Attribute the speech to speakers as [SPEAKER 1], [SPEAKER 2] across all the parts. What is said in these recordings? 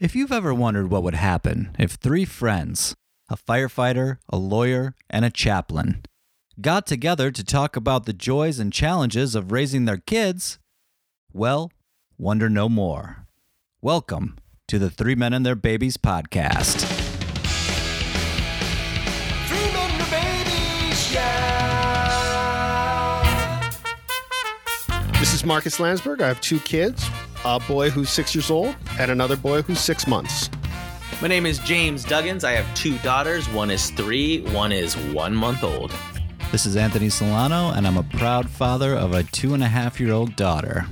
[SPEAKER 1] If you've ever wondered what would happen if three friends, a firefighter, a lawyer, and a chaplain, got together to talk about the joys and challenges of raising their kids, well, wonder no more. Welcome to the Three Men and Their Babies podcast.
[SPEAKER 2] Three men and a babies, yeah.
[SPEAKER 3] This is Marcus Landsberg. I have two kids a boy who's six years old and another boy who's six months.
[SPEAKER 4] My name is James Duggins. I have two daughters. One is three, one is one month old.
[SPEAKER 1] This is Anthony Solano, and I'm a proud father of a two and a half year old daughter.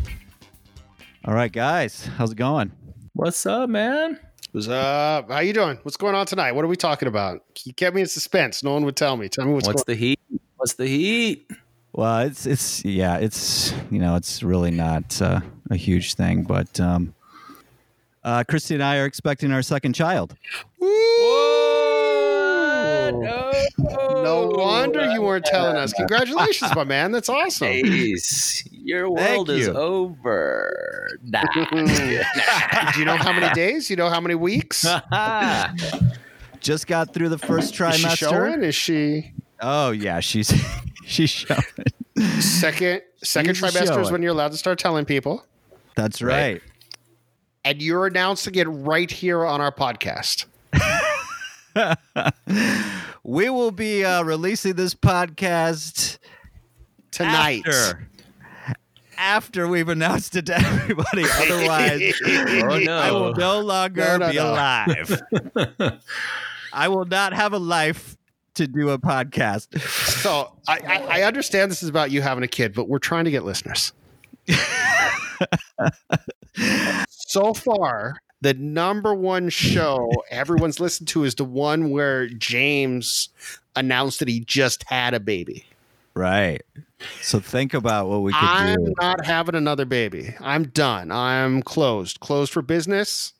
[SPEAKER 1] All right, guys, how's it going?
[SPEAKER 4] What's up, man?
[SPEAKER 3] What's up? How you doing? What's going on tonight? What are we talking about? You kept me in suspense. No one would tell me. Tell me what's,
[SPEAKER 4] What's, the heat? What's the heat?
[SPEAKER 1] Well, it's it's yeah, it's you know, it's really not uh, a huge thing, but um, uh, Christy and I are expecting our second child.
[SPEAKER 3] going on. No wonder you weren't telling us. Congratulations, my man. That's awesome.
[SPEAKER 4] Jeez, your world is
[SPEAKER 1] you.
[SPEAKER 4] over. Nah.
[SPEAKER 3] Do you know how many days? You know how many weeks? Is
[SPEAKER 1] Just got through the first
[SPEAKER 3] she
[SPEAKER 1] trimester.
[SPEAKER 3] showing? Is she
[SPEAKER 1] Oh yeah, she's she's showing.
[SPEAKER 3] second second
[SPEAKER 1] She's
[SPEAKER 3] trimester is
[SPEAKER 1] showing.
[SPEAKER 3] when you're allowed to start telling people?
[SPEAKER 1] That's right.
[SPEAKER 4] Right.
[SPEAKER 3] And you're announcing it right here on our podcast.
[SPEAKER 1] We will be uh, releasing this podcast
[SPEAKER 3] Tonight.
[SPEAKER 1] after, after we've announced it to everybody. Otherwise,
[SPEAKER 4] oh
[SPEAKER 1] I will
[SPEAKER 4] no.
[SPEAKER 1] no longer
[SPEAKER 3] No, no,
[SPEAKER 1] be
[SPEAKER 3] no.
[SPEAKER 1] alive. I will not have a life to do a podcast.
[SPEAKER 3] So I, I, I understand this is about you having a kid, but we're trying to get listeners. so far, the number one show everyone's listened to is the one where James announced that he just had a baby.
[SPEAKER 1] Right. So think about what we could
[SPEAKER 3] I'm
[SPEAKER 1] do.
[SPEAKER 3] not having another baby. I'm done. I'm closed. Closed for business.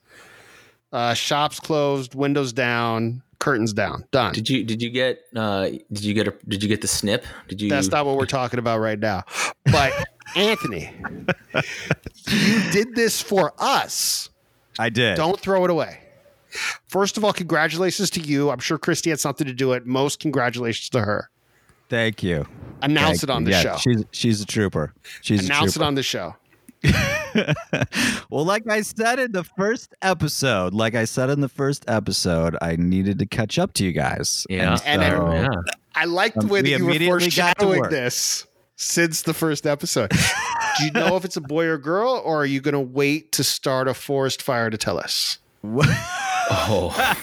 [SPEAKER 3] Uh, shops closed. Windows down. Curtains down. Done.
[SPEAKER 4] Did you did you get uh did you get a did you get the snip? Did you
[SPEAKER 3] That's not what we're talking about right now. But Anthony, you did this for us.
[SPEAKER 1] I did.
[SPEAKER 3] Don't throw it away. First of all, congratulations to you. I'm sure Christy had something to do with it. Most congratulations to her.
[SPEAKER 1] Thank you.
[SPEAKER 3] Announce
[SPEAKER 1] Thank
[SPEAKER 3] it on
[SPEAKER 1] you.
[SPEAKER 3] the
[SPEAKER 1] Yeah,
[SPEAKER 3] show.
[SPEAKER 1] She's she's a trooper. She's
[SPEAKER 3] Announce
[SPEAKER 1] a
[SPEAKER 3] it
[SPEAKER 1] trooper.
[SPEAKER 3] on the show.
[SPEAKER 1] well, like I said in the first episode, like I said in the first episode, I needed to catch up to you guys.
[SPEAKER 4] yeah.
[SPEAKER 1] And
[SPEAKER 3] And
[SPEAKER 1] so-
[SPEAKER 3] everyone-
[SPEAKER 4] Oh, yeah.
[SPEAKER 3] I like the
[SPEAKER 1] Um,
[SPEAKER 3] way
[SPEAKER 1] we
[SPEAKER 3] that you were
[SPEAKER 1] immediately got to
[SPEAKER 3] foreshadowing
[SPEAKER 1] work.
[SPEAKER 3] this since the first episode. do you know if it's a boy or girl, or are you going to wait to start a forest fire to tell us?
[SPEAKER 4] Oh.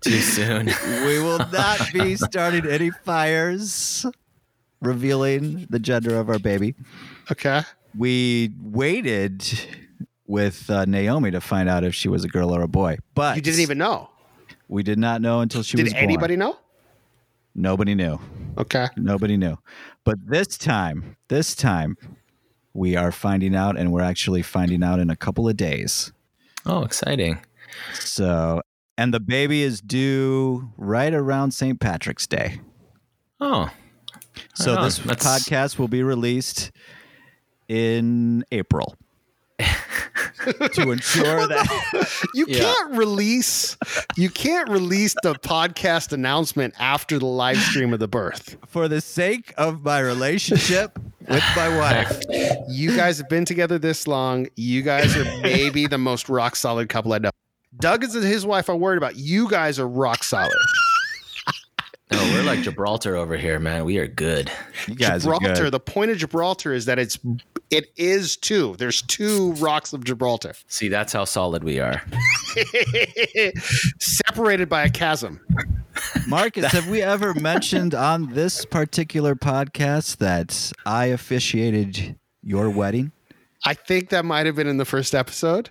[SPEAKER 4] Too soon.
[SPEAKER 1] we will not be starting any fires revealing the gender of our baby.
[SPEAKER 3] Okay.
[SPEAKER 1] We waited with uh, Naomi to find out if she was a girl or a boy, but
[SPEAKER 3] You didn't even know.
[SPEAKER 1] we did not know until she was
[SPEAKER 3] Did
[SPEAKER 1] born.
[SPEAKER 3] anybody know?
[SPEAKER 1] Nobody knew.
[SPEAKER 3] Okay.
[SPEAKER 1] Nobody knew. But this time, this time, we are finding out, and we're actually finding out in a couple of days.
[SPEAKER 4] Oh, exciting.
[SPEAKER 1] So, and the baby is due right around St. Patrick's Day.
[SPEAKER 4] Oh.
[SPEAKER 1] So
[SPEAKER 4] on.
[SPEAKER 1] this
[SPEAKER 4] That's-
[SPEAKER 1] podcast will be released in April to ensure that
[SPEAKER 3] You
[SPEAKER 4] Yeah.
[SPEAKER 3] can't release you can't release the podcast announcement after the live stream of the birth.
[SPEAKER 1] for the sake of my relationship with my wife.
[SPEAKER 3] You guys have been together this long. You guys are maybe the most rock solid couple I know. Doug is and his wife are worried about. You guys are rock solid.
[SPEAKER 4] No, we're like Gibraltar over here, man. We are good.
[SPEAKER 1] You guys are
[SPEAKER 3] Gibraltar,
[SPEAKER 1] good.
[SPEAKER 3] the point of Gibraltar is that it's it is two. There's two rocks of Gibraltar.
[SPEAKER 4] See, that's how solid we are.
[SPEAKER 3] Separated by a chasm.
[SPEAKER 1] Marcus, have we ever mentioned on this particular podcast that I officiated your wedding?
[SPEAKER 3] I think that might have been in the first episode.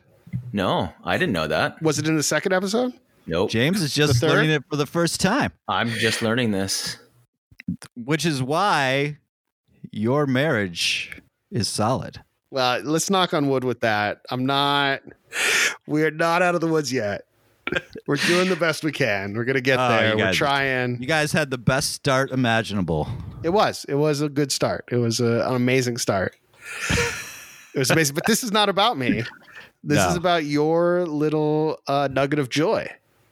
[SPEAKER 4] No, I didn't know that.
[SPEAKER 3] Was it in the second episode?
[SPEAKER 4] Nope.
[SPEAKER 1] James is just
[SPEAKER 3] The third?
[SPEAKER 1] learning it for the first time,
[SPEAKER 4] I'm just learning this.
[SPEAKER 1] which is why your marriage is solid.
[SPEAKER 3] Well, let's knock on wood with that. I'm not. We're not out of the woods yet. We're doing the best we can. We're gonna get
[SPEAKER 1] Oh, you
[SPEAKER 3] there. We're
[SPEAKER 1] guys-
[SPEAKER 3] trying.
[SPEAKER 1] You guys had the best start imaginable.
[SPEAKER 3] It was. It was a good start. It was a, an amazing start. It was amazing. but this is not about me. This
[SPEAKER 1] No.
[SPEAKER 3] is about your little uh, nugget of joy.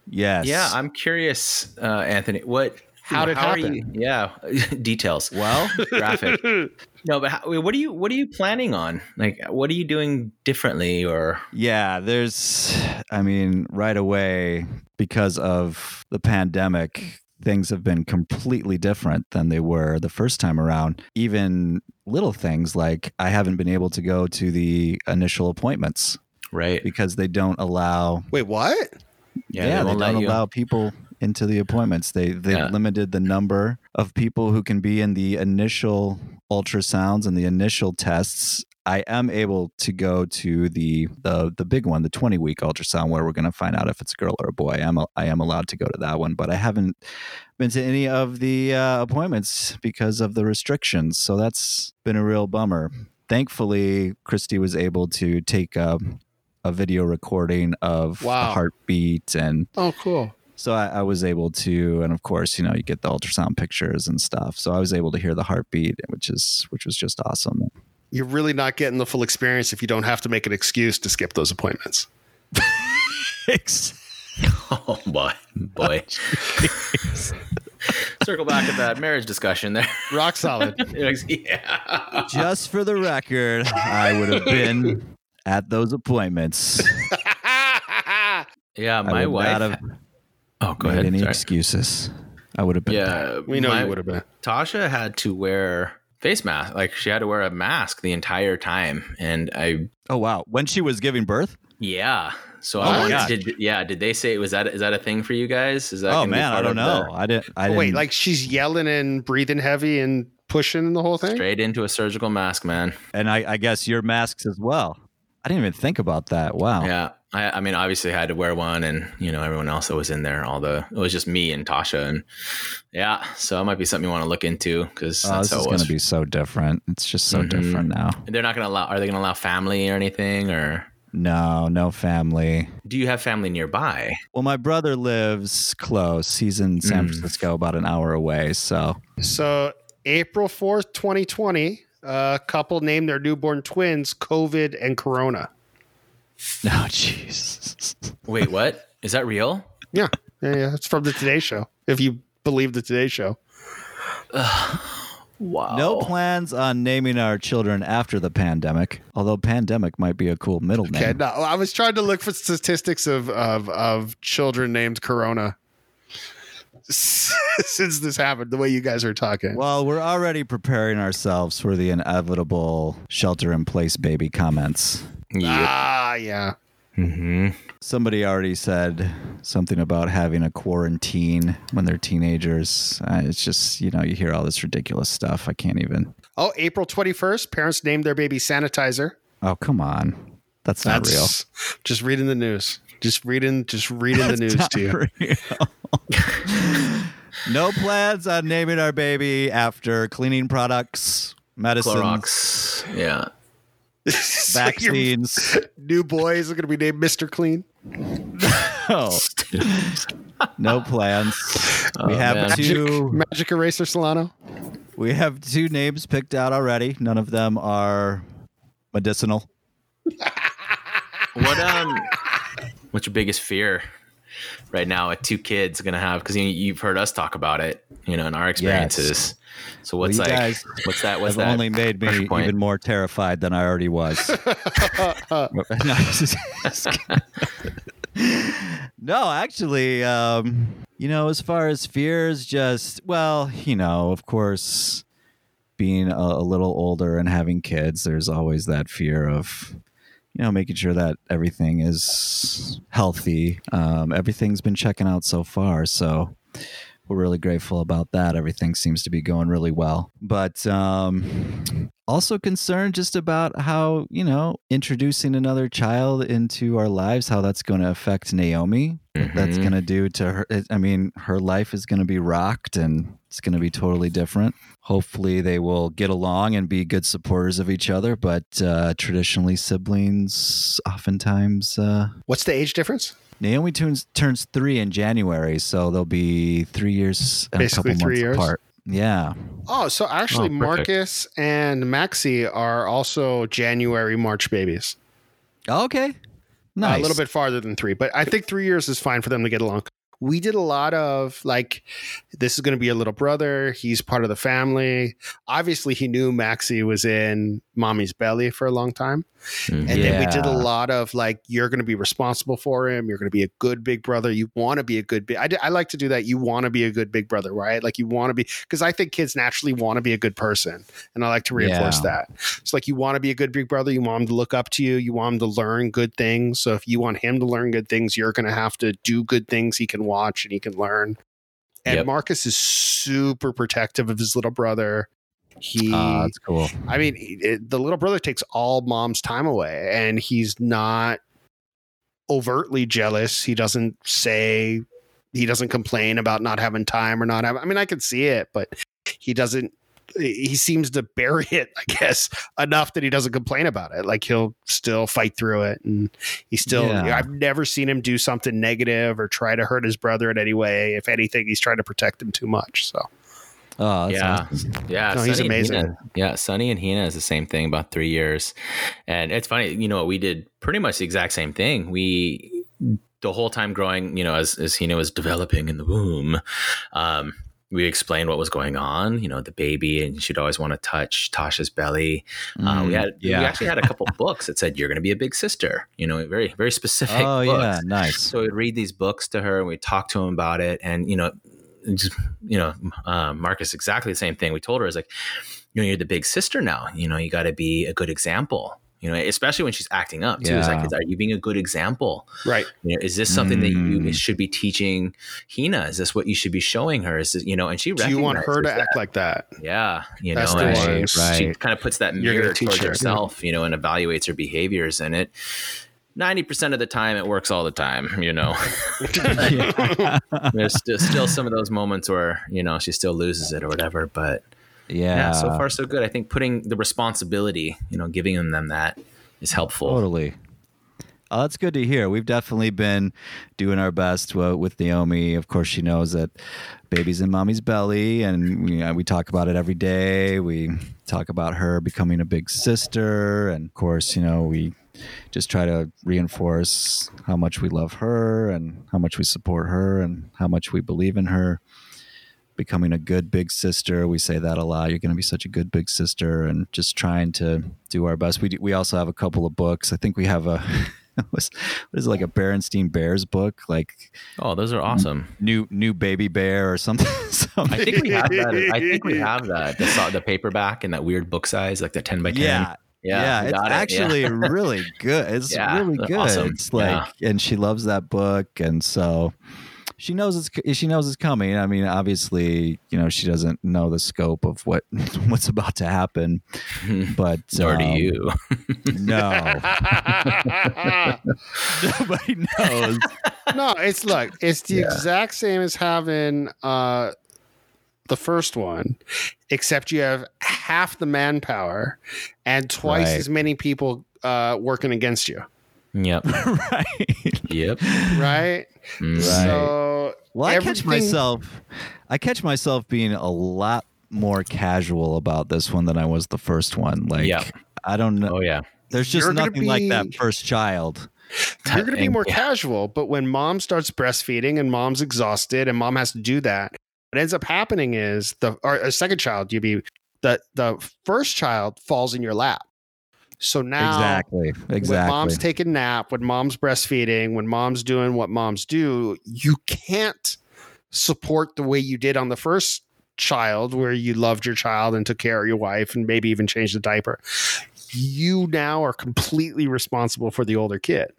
[SPEAKER 1] Yes.
[SPEAKER 4] Yeah, I'm curious, uh, Anthony. What?
[SPEAKER 3] How did it
[SPEAKER 4] are you- yeah, details.
[SPEAKER 1] well,
[SPEAKER 4] graphic. No, but how, what are you? What are you planning on? Like, what are you doing differently? Or
[SPEAKER 1] yeah, there's, I mean, right away, because of the pandemic, things have been completely different than they were the first time around. Even little things like I haven't been able to go to the initial appointments
[SPEAKER 4] right?
[SPEAKER 1] because they don't allow
[SPEAKER 3] Wait, what?
[SPEAKER 1] yeah, they,
[SPEAKER 4] won't let
[SPEAKER 1] don't
[SPEAKER 4] you-
[SPEAKER 1] allow people into the appointments. They they
[SPEAKER 4] Yeah.
[SPEAKER 1] have limited the number of people who can be in the initial ultrasounds and the initial tests. I am able to go to the the the big one, the 20 week ultrasound, where we're going to find out if it's a girl or a boy. I am I am allowed to go to that one, but I haven't been to any of the uh, appointments because of the restrictions. So that's been a real bummer. Thankfully, Christy was able to take a, a video recording of the
[SPEAKER 3] Wow.
[SPEAKER 1] heartbeat and
[SPEAKER 3] Oh, cool.
[SPEAKER 1] so I, I was able to, and of course, you know, you get the ultrasound pictures and stuff. So I was able to hear the heartbeat, which is which was just awesome.
[SPEAKER 3] You're really not getting the full experience if you don't have to make an excuse to skip those appointments.
[SPEAKER 4] Oh boy, boy. Circle back to that marriage discussion there.
[SPEAKER 3] Rock solid.
[SPEAKER 4] yeah.
[SPEAKER 1] just for the record, I would have been at those appointments.
[SPEAKER 4] Yeah,
[SPEAKER 1] I
[SPEAKER 4] my
[SPEAKER 1] would
[SPEAKER 4] wife.
[SPEAKER 1] not have
[SPEAKER 4] oh, go
[SPEAKER 1] made
[SPEAKER 4] ahead.
[SPEAKER 1] any
[SPEAKER 4] sorry.
[SPEAKER 1] excuses. I would have been. there.
[SPEAKER 4] Yeah,
[SPEAKER 3] we know
[SPEAKER 4] my-
[SPEAKER 3] you would have been.
[SPEAKER 4] Tasha had to wear face mask. Like she had to wear a mask the entire time, and I
[SPEAKER 1] Oh wow, when she was giving birth.
[SPEAKER 4] yeah. So I
[SPEAKER 3] Oh,
[SPEAKER 4] wanted-
[SPEAKER 3] God.
[SPEAKER 4] did, yeah. Did they say was that is that a thing for you guys? Is that
[SPEAKER 1] Oh
[SPEAKER 4] gonna be
[SPEAKER 1] man, I
[SPEAKER 4] part
[SPEAKER 1] don't
[SPEAKER 4] of the-
[SPEAKER 1] know. I didn't. I
[SPEAKER 3] Oh,
[SPEAKER 1] didn't.
[SPEAKER 3] wait, like she's yelling and breathing heavy and pushing the whole thing?
[SPEAKER 4] Straight into a surgical mask, man.
[SPEAKER 1] and I, I guess your masks as well. I didn't even think about that. Wow.
[SPEAKER 4] Yeah. I, I mean, obviously, I had to wear one, and you know, everyone else that was in there. All the it was just me and Tasha, and yeah. So it might be something you want to look into because
[SPEAKER 1] Oh,
[SPEAKER 4] that's
[SPEAKER 1] this
[SPEAKER 4] how
[SPEAKER 1] is
[SPEAKER 4] it
[SPEAKER 1] going
[SPEAKER 4] was.
[SPEAKER 1] to be so different. It's just so
[SPEAKER 4] Mhm.
[SPEAKER 1] different now.
[SPEAKER 4] They're not going to allow. Are they going to allow family or anything? Or
[SPEAKER 1] No, no family.
[SPEAKER 4] do you have family nearby?
[SPEAKER 1] Well, my brother lives close. He's in San
[SPEAKER 4] Mm.
[SPEAKER 1] Francisco, about an hour away. So,
[SPEAKER 3] So, April 4th, 2020, a couple named their newborn twins COVID and Corona.
[SPEAKER 1] no, jeez.
[SPEAKER 4] Wait, what? Is that real?
[SPEAKER 3] Yeah. Yeah. yeah. It's from the Today Show, if you believe the Today Show.
[SPEAKER 4] Wow.
[SPEAKER 1] No plans on naming our children after the pandemic, although pandemic might be a cool middle
[SPEAKER 3] Okay.
[SPEAKER 1] name.
[SPEAKER 3] No, I was trying to look for statistics of, of, of children named Corona since this happened, the way you guys are talking.
[SPEAKER 1] Well, we're already preparing ourselves for the inevitable shelter in place baby comments.
[SPEAKER 4] Yeah.
[SPEAKER 3] Ah, yeah.
[SPEAKER 4] hmm
[SPEAKER 1] Somebody already said something about having a quarantine when they're teenagers. Uh, it's just, you know, you hear all this ridiculous stuff. I can't even.
[SPEAKER 3] Oh, April 21st, parents named their baby sanitizer.
[SPEAKER 1] Oh, come on. That's not real.
[SPEAKER 3] Just reading the news. Just reading, just reading the news to you.
[SPEAKER 1] no plans on naming our baby after cleaning products, medicines,
[SPEAKER 4] Clorox. Yeah.
[SPEAKER 3] So your
[SPEAKER 1] vaccines.
[SPEAKER 3] new boys are going to be named Mr. Clean.
[SPEAKER 1] No, Oh. no plans. we have
[SPEAKER 4] Oh, man.
[SPEAKER 1] two.
[SPEAKER 3] Magic Eraser Solano.
[SPEAKER 1] We have two names picked out already. None of them are medicinal.
[SPEAKER 4] What um? What's your biggest fear right now? With two kids gonna have because you, you've heard us talk about it, you know, in our experiences. So what's
[SPEAKER 1] you
[SPEAKER 4] like?
[SPEAKER 1] guys
[SPEAKER 4] what's that? What's
[SPEAKER 1] Have
[SPEAKER 4] that?
[SPEAKER 1] only made me
[SPEAKER 4] pressure point?
[SPEAKER 1] even more terrified than I already was. no, No, actually, um, you know, as far as fears, just well, you know, of course, being a, a little older and having kids, there's always that fear of, you know, making sure that everything is healthy. Um, everything's been checking out so far, so we're really grateful about that. Everything seems to be going really well, but um, also concerned just about how you know introducing another child into our lives, how that's going to affect Naomi. what That's
[SPEAKER 4] Mhm.
[SPEAKER 1] going to do to her. I mean, her life is going to be rocked, and it's going to be totally different. Hopefully, they will get along and be good supporters of each other. But uh, traditionally, siblings oftentimes. Uh,
[SPEAKER 3] What's the age difference?
[SPEAKER 1] Naomi turns turns three in January, so they'll be three years and
[SPEAKER 3] Basically
[SPEAKER 1] a couple
[SPEAKER 3] three
[SPEAKER 1] months
[SPEAKER 3] years.
[SPEAKER 1] apart. Yeah.
[SPEAKER 3] Oh, so actually,
[SPEAKER 4] Oh, perfect.
[SPEAKER 3] Marcus and Maxie are also January, March babies.
[SPEAKER 1] Oh, Okay.
[SPEAKER 3] a little bit farther than three, but I think three years is fine for them to get along. We did a lot of like, this is going to be a little brother. He's part of the family. Obviously, he knew Maxie was in mommy's belly for a long time.
[SPEAKER 4] Mm-hmm.
[SPEAKER 3] And then we did a
[SPEAKER 1] Yeah.
[SPEAKER 3] lot of like, you're going to be responsible for him. You're going to be a good big brother. You want to be a good big. I, d- I like to do that. You want to be a good big brother, right? Like you want to be because I think kids naturally want to be a good person, and I like to reinforce that. It's like you want to be a good big brother. You want him to look up to you. You want him to learn good things. So if you want him to learn good things, you're going to have to do good things. He can watch and he can learn. And
[SPEAKER 4] Yep.
[SPEAKER 3] Marcus is super protective of his little brother. He
[SPEAKER 1] Ah, that's cool.
[SPEAKER 3] I mean, it, the little brother takes all mom's time away, and he's not overtly jealous. He doesn't say, he doesn't complain about not having time or not having. I mean, I can see it, but he doesn't. He seems to bury it, I guess, enough that he doesn't complain about it. Like he'll still fight through it, and he still.
[SPEAKER 1] Yeah.
[SPEAKER 3] I've never seen him do something negative or try to hurt his brother in any way. If anything, he's trying to protect him too much. So
[SPEAKER 1] Oh, that's
[SPEAKER 4] yeah, Uh, yeah.
[SPEAKER 3] No, he's
[SPEAKER 4] Sonny and
[SPEAKER 3] amazing.
[SPEAKER 4] Hina- yeah, Sonny and Hina is the same thing about three years, and it's funny. You know, we did pretty much the exact same thing. We the whole time growing, you know, as as Hina was developing in the womb, um, we explained what was going on. You know, the baby, and she'd always want to touch Tasha's belly. Uh, we
[SPEAKER 1] Mm,
[SPEAKER 4] had
[SPEAKER 1] yeah.
[SPEAKER 4] we actually had a couple books that said you're going to be a big sister. You know, very very specific.
[SPEAKER 1] Oh
[SPEAKER 4] books.
[SPEAKER 1] yeah, nice.
[SPEAKER 4] So we'd read these books to her and we'd talk to him about it. And, you know, just, you know, uh, Marcus, exactly the same thing. We told her is like, you know, you're the big sister now, you know, you got to be a good example, you know, especially when she's acting up too. It's
[SPEAKER 1] Yeah.
[SPEAKER 4] like, is- are you being a good example?
[SPEAKER 3] right,
[SPEAKER 4] You know, is this something that you
[SPEAKER 1] Mm.
[SPEAKER 4] should be teaching Hina? Is this what you should be showing her? Is this, you know, and she,
[SPEAKER 3] do you want her to
[SPEAKER 4] recognizes
[SPEAKER 3] act like that?
[SPEAKER 4] that. yeah, you
[SPEAKER 3] That's
[SPEAKER 4] know,
[SPEAKER 3] the
[SPEAKER 4] and
[SPEAKER 3] one.
[SPEAKER 4] she-
[SPEAKER 1] Right.
[SPEAKER 4] she kind of puts that
[SPEAKER 3] You're
[SPEAKER 4] mirror
[SPEAKER 3] gonna teach
[SPEAKER 4] towards
[SPEAKER 3] her.
[SPEAKER 4] herself, you know, and evaluates her behaviors in it. 90% of the time it works all the time, you know.
[SPEAKER 1] yeah.
[SPEAKER 4] There's still, still some of those moments where, you know, she still loses it or whatever, but yeah. so far so good. I think putting the responsibility, you know, giving them that is helpful.
[SPEAKER 1] Totally. Oh, that's good to hear. We've definitely been doing our best uh, with Naomi. Of course, she knows that baby's in mommy's belly, and you know, we talk about it every day. We talk about her becoming a big sister, and of course, you know, we just try to reinforce how much we love her and how much we support her and how much we believe in her. Becoming a good big sister, we say that a lot. You're going to be such a good big sister, and just trying to do our best. We do, we also have a couple of books. I think we have a what's- what is it like a Berenstein Bears book, like
[SPEAKER 4] Oh, those are awesome.
[SPEAKER 1] new new baby bear or something.
[SPEAKER 4] I
[SPEAKER 1] something.
[SPEAKER 4] think we have that. I think we have that. The, so- the paperback and that weird book size, like the 10 by 10.
[SPEAKER 1] yeah, yeah,
[SPEAKER 4] we
[SPEAKER 1] it's
[SPEAKER 4] got it.
[SPEAKER 1] actually really good. It's
[SPEAKER 4] Yeah,
[SPEAKER 1] really
[SPEAKER 4] they're
[SPEAKER 1] good.
[SPEAKER 4] awesome.
[SPEAKER 1] It's like, and she loves that book, and so she knows it's she knows it's coming. I mean, obviously, you know, she doesn't know the scope of what what's about to happen,
[SPEAKER 4] Yeah.
[SPEAKER 1] but
[SPEAKER 4] Nor do
[SPEAKER 1] um,
[SPEAKER 4] you.
[SPEAKER 1] No, nobody knows.
[SPEAKER 3] no, it's look, it's the exact same as having uh the first one, except you have half the manpower and twice
[SPEAKER 1] Right.
[SPEAKER 3] as many people uh working against you,
[SPEAKER 4] Yep.
[SPEAKER 1] right.
[SPEAKER 4] Yep.
[SPEAKER 3] right?
[SPEAKER 4] Mm.
[SPEAKER 3] So
[SPEAKER 1] Well, I catch
[SPEAKER 3] Everything-
[SPEAKER 1] myself. I catch myself being a lot more casual about this one than I was the first one. Like,
[SPEAKER 4] Yeah.
[SPEAKER 1] I don't know.
[SPEAKER 4] Oh, yeah.
[SPEAKER 1] There's just
[SPEAKER 3] You're gonna
[SPEAKER 1] nothing like that
[SPEAKER 3] be-
[SPEAKER 1] first child.
[SPEAKER 3] you're going to be
[SPEAKER 4] And-
[SPEAKER 3] more
[SPEAKER 4] yeah.
[SPEAKER 3] casual, but when mom starts breastfeeding and mom's exhausted and mom has to do that, what ends up happening is the or a second child you be the the first child falls in your lap. So now
[SPEAKER 1] exactly.
[SPEAKER 3] When
[SPEAKER 1] Exactly.
[SPEAKER 3] mom's taking a nap, when mom's breastfeeding, when mom's doing what moms do, you can't support the way you did on the first child where you loved your child and took care of your wife and maybe even changed the diaper. You now are completely responsible for the older kid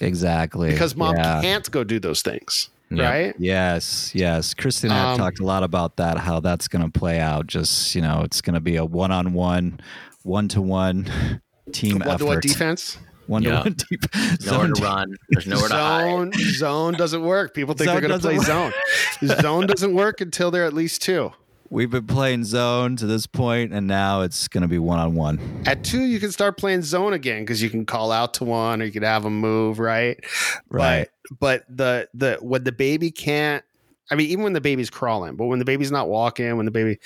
[SPEAKER 1] exactly.
[SPEAKER 3] because mom
[SPEAKER 1] Yeah.
[SPEAKER 3] can't go do those things,
[SPEAKER 4] Yep.
[SPEAKER 3] right?
[SPEAKER 1] Yes, yes. Kristen and I have
[SPEAKER 3] Um,
[SPEAKER 1] talked a lot about that, how that's going to play out. Just, you know, it's going to be a one on one, one to one team
[SPEAKER 3] One to one
[SPEAKER 1] effort.
[SPEAKER 3] defense.
[SPEAKER 1] One to
[SPEAKER 4] Yeah.
[SPEAKER 1] one deep.
[SPEAKER 4] Nowhere
[SPEAKER 1] zone
[SPEAKER 4] to
[SPEAKER 1] de-
[SPEAKER 4] run. There's nowhere to hide.
[SPEAKER 3] Zone zone doesn't work. People think
[SPEAKER 1] Zone
[SPEAKER 3] they're going to
[SPEAKER 1] doesn't
[SPEAKER 3] play zone. zone doesn't work until they're at least two.
[SPEAKER 1] We've been playing zone to this point, and now it's going to be one on one.
[SPEAKER 3] At two, you can start playing zone again because you can call out to one or you can have them move, right?
[SPEAKER 1] Right.
[SPEAKER 3] But, but the the when the baby can't, I mean, even when the baby's crawling, but when the baby's not walking, when the baby,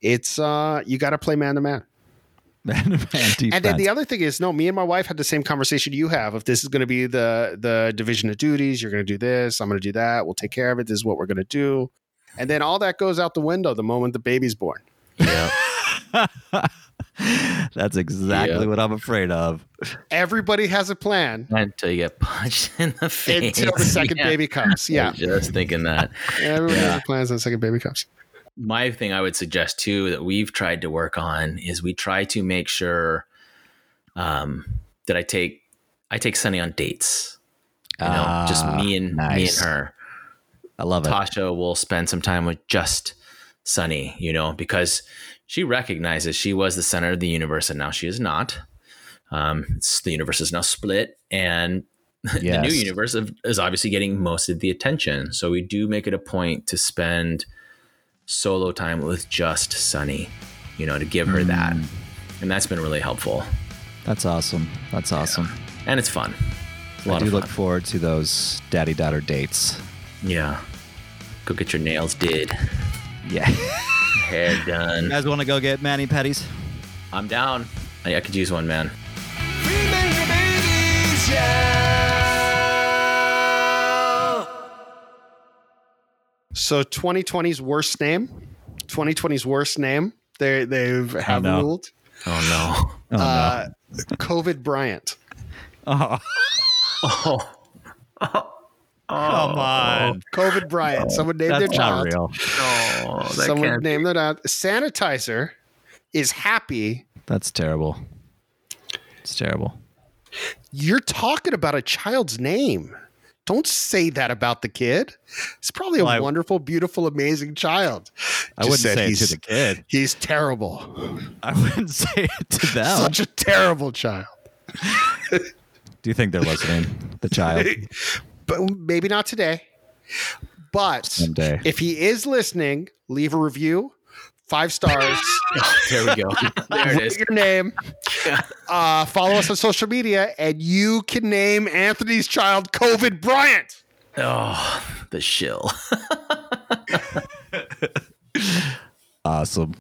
[SPEAKER 3] it's uh, you got to play man to man.
[SPEAKER 1] Anti
[SPEAKER 3] And then the other thing is, no, me and my wife had the same conversation you have. If this is going to be the the division of duties, you're going to do this, I'm going to do that. We'll take care of it. This is what we're going to do. And then all that goes out the window the moment the baby's born.
[SPEAKER 4] Yeah.
[SPEAKER 1] That's exactly
[SPEAKER 4] Yeah.
[SPEAKER 1] what I'm afraid of.
[SPEAKER 3] Everybody has a plan
[SPEAKER 4] Until you get punched in the face.
[SPEAKER 3] until the second
[SPEAKER 4] Yeah.
[SPEAKER 3] baby comes.
[SPEAKER 4] I
[SPEAKER 3] Yeah,
[SPEAKER 4] was Just thinking that.
[SPEAKER 3] everybody
[SPEAKER 4] Yeah.
[SPEAKER 3] has a plan until the second baby comes.
[SPEAKER 4] my thing I would suggest too that we've tried to work on is we try to make sure um, that I take I take Sunny on dates. You know, just
[SPEAKER 1] Ah,
[SPEAKER 4] me and me and
[SPEAKER 1] nice.
[SPEAKER 4] her.
[SPEAKER 1] I love it.
[SPEAKER 4] Tasha will spend some time with just Sunny, you know, because she recognizes she was the center of the universe and now she is not. Um, it's, the universe is now split, and
[SPEAKER 1] Yes.
[SPEAKER 4] the new universe of, is obviously getting most of the attention. So we do make it a point to spend solo time with just Sunny, you know, to give her that.
[SPEAKER 1] Mm.
[SPEAKER 4] And that's been really helpful.
[SPEAKER 1] That's awesome. That's awesome.
[SPEAKER 4] And it's fun. It's a lot
[SPEAKER 1] I do
[SPEAKER 4] of fun.
[SPEAKER 1] look forward to those daddy daughter dates.
[SPEAKER 4] yeah. Go get your nails did,
[SPEAKER 1] Yeah.
[SPEAKER 4] hair
[SPEAKER 1] you
[SPEAKER 4] done.
[SPEAKER 1] guys want to go get Manny Petties?
[SPEAKER 4] I'm down. I, I could use one, man.
[SPEAKER 2] Free men and babies, yeah.
[SPEAKER 3] So 2020's worst name, 2020's worst name. They they've have
[SPEAKER 1] no.
[SPEAKER 3] ruled
[SPEAKER 4] Oh no.
[SPEAKER 3] uh, COVID Bryant.
[SPEAKER 4] Oh.
[SPEAKER 1] Come on.
[SPEAKER 3] COVID Bryant. Someone named their child.
[SPEAKER 1] real.
[SPEAKER 4] No, that
[SPEAKER 3] Someone
[SPEAKER 4] can't be-
[SPEAKER 3] named their child. Sanitizer is happy.
[SPEAKER 1] That's terrible. It's terrible.
[SPEAKER 3] You're talking about a child's name. Don't say that about the kid. It's probably a
[SPEAKER 1] Well, I-
[SPEAKER 3] wonderful, beautiful, amazing child.
[SPEAKER 1] I
[SPEAKER 3] Just
[SPEAKER 1] wouldn't
[SPEAKER 3] said
[SPEAKER 1] say it
[SPEAKER 3] he's-
[SPEAKER 1] to the kid.
[SPEAKER 3] He's terrible.
[SPEAKER 1] I wouldn't say it to them.
[SPEAKER 3] Such a terrible child.
[SPEAKER 1] Do you think they're listening? The child.
[SPEAKER 3] But maybe not today. But
[SPEAKER 1] Someday.
[SPEAKER 3] if he is listening, leave a review. Five stars.
[SPEAKER 4] There we go. There it is.
[SPEAKER 3] your name. Uh, follow us on social media, and you can name Anthony's child COVID Bryant.
[SPEAKER 4] Oh, the shill.
[SPEAKER 1] Awesome.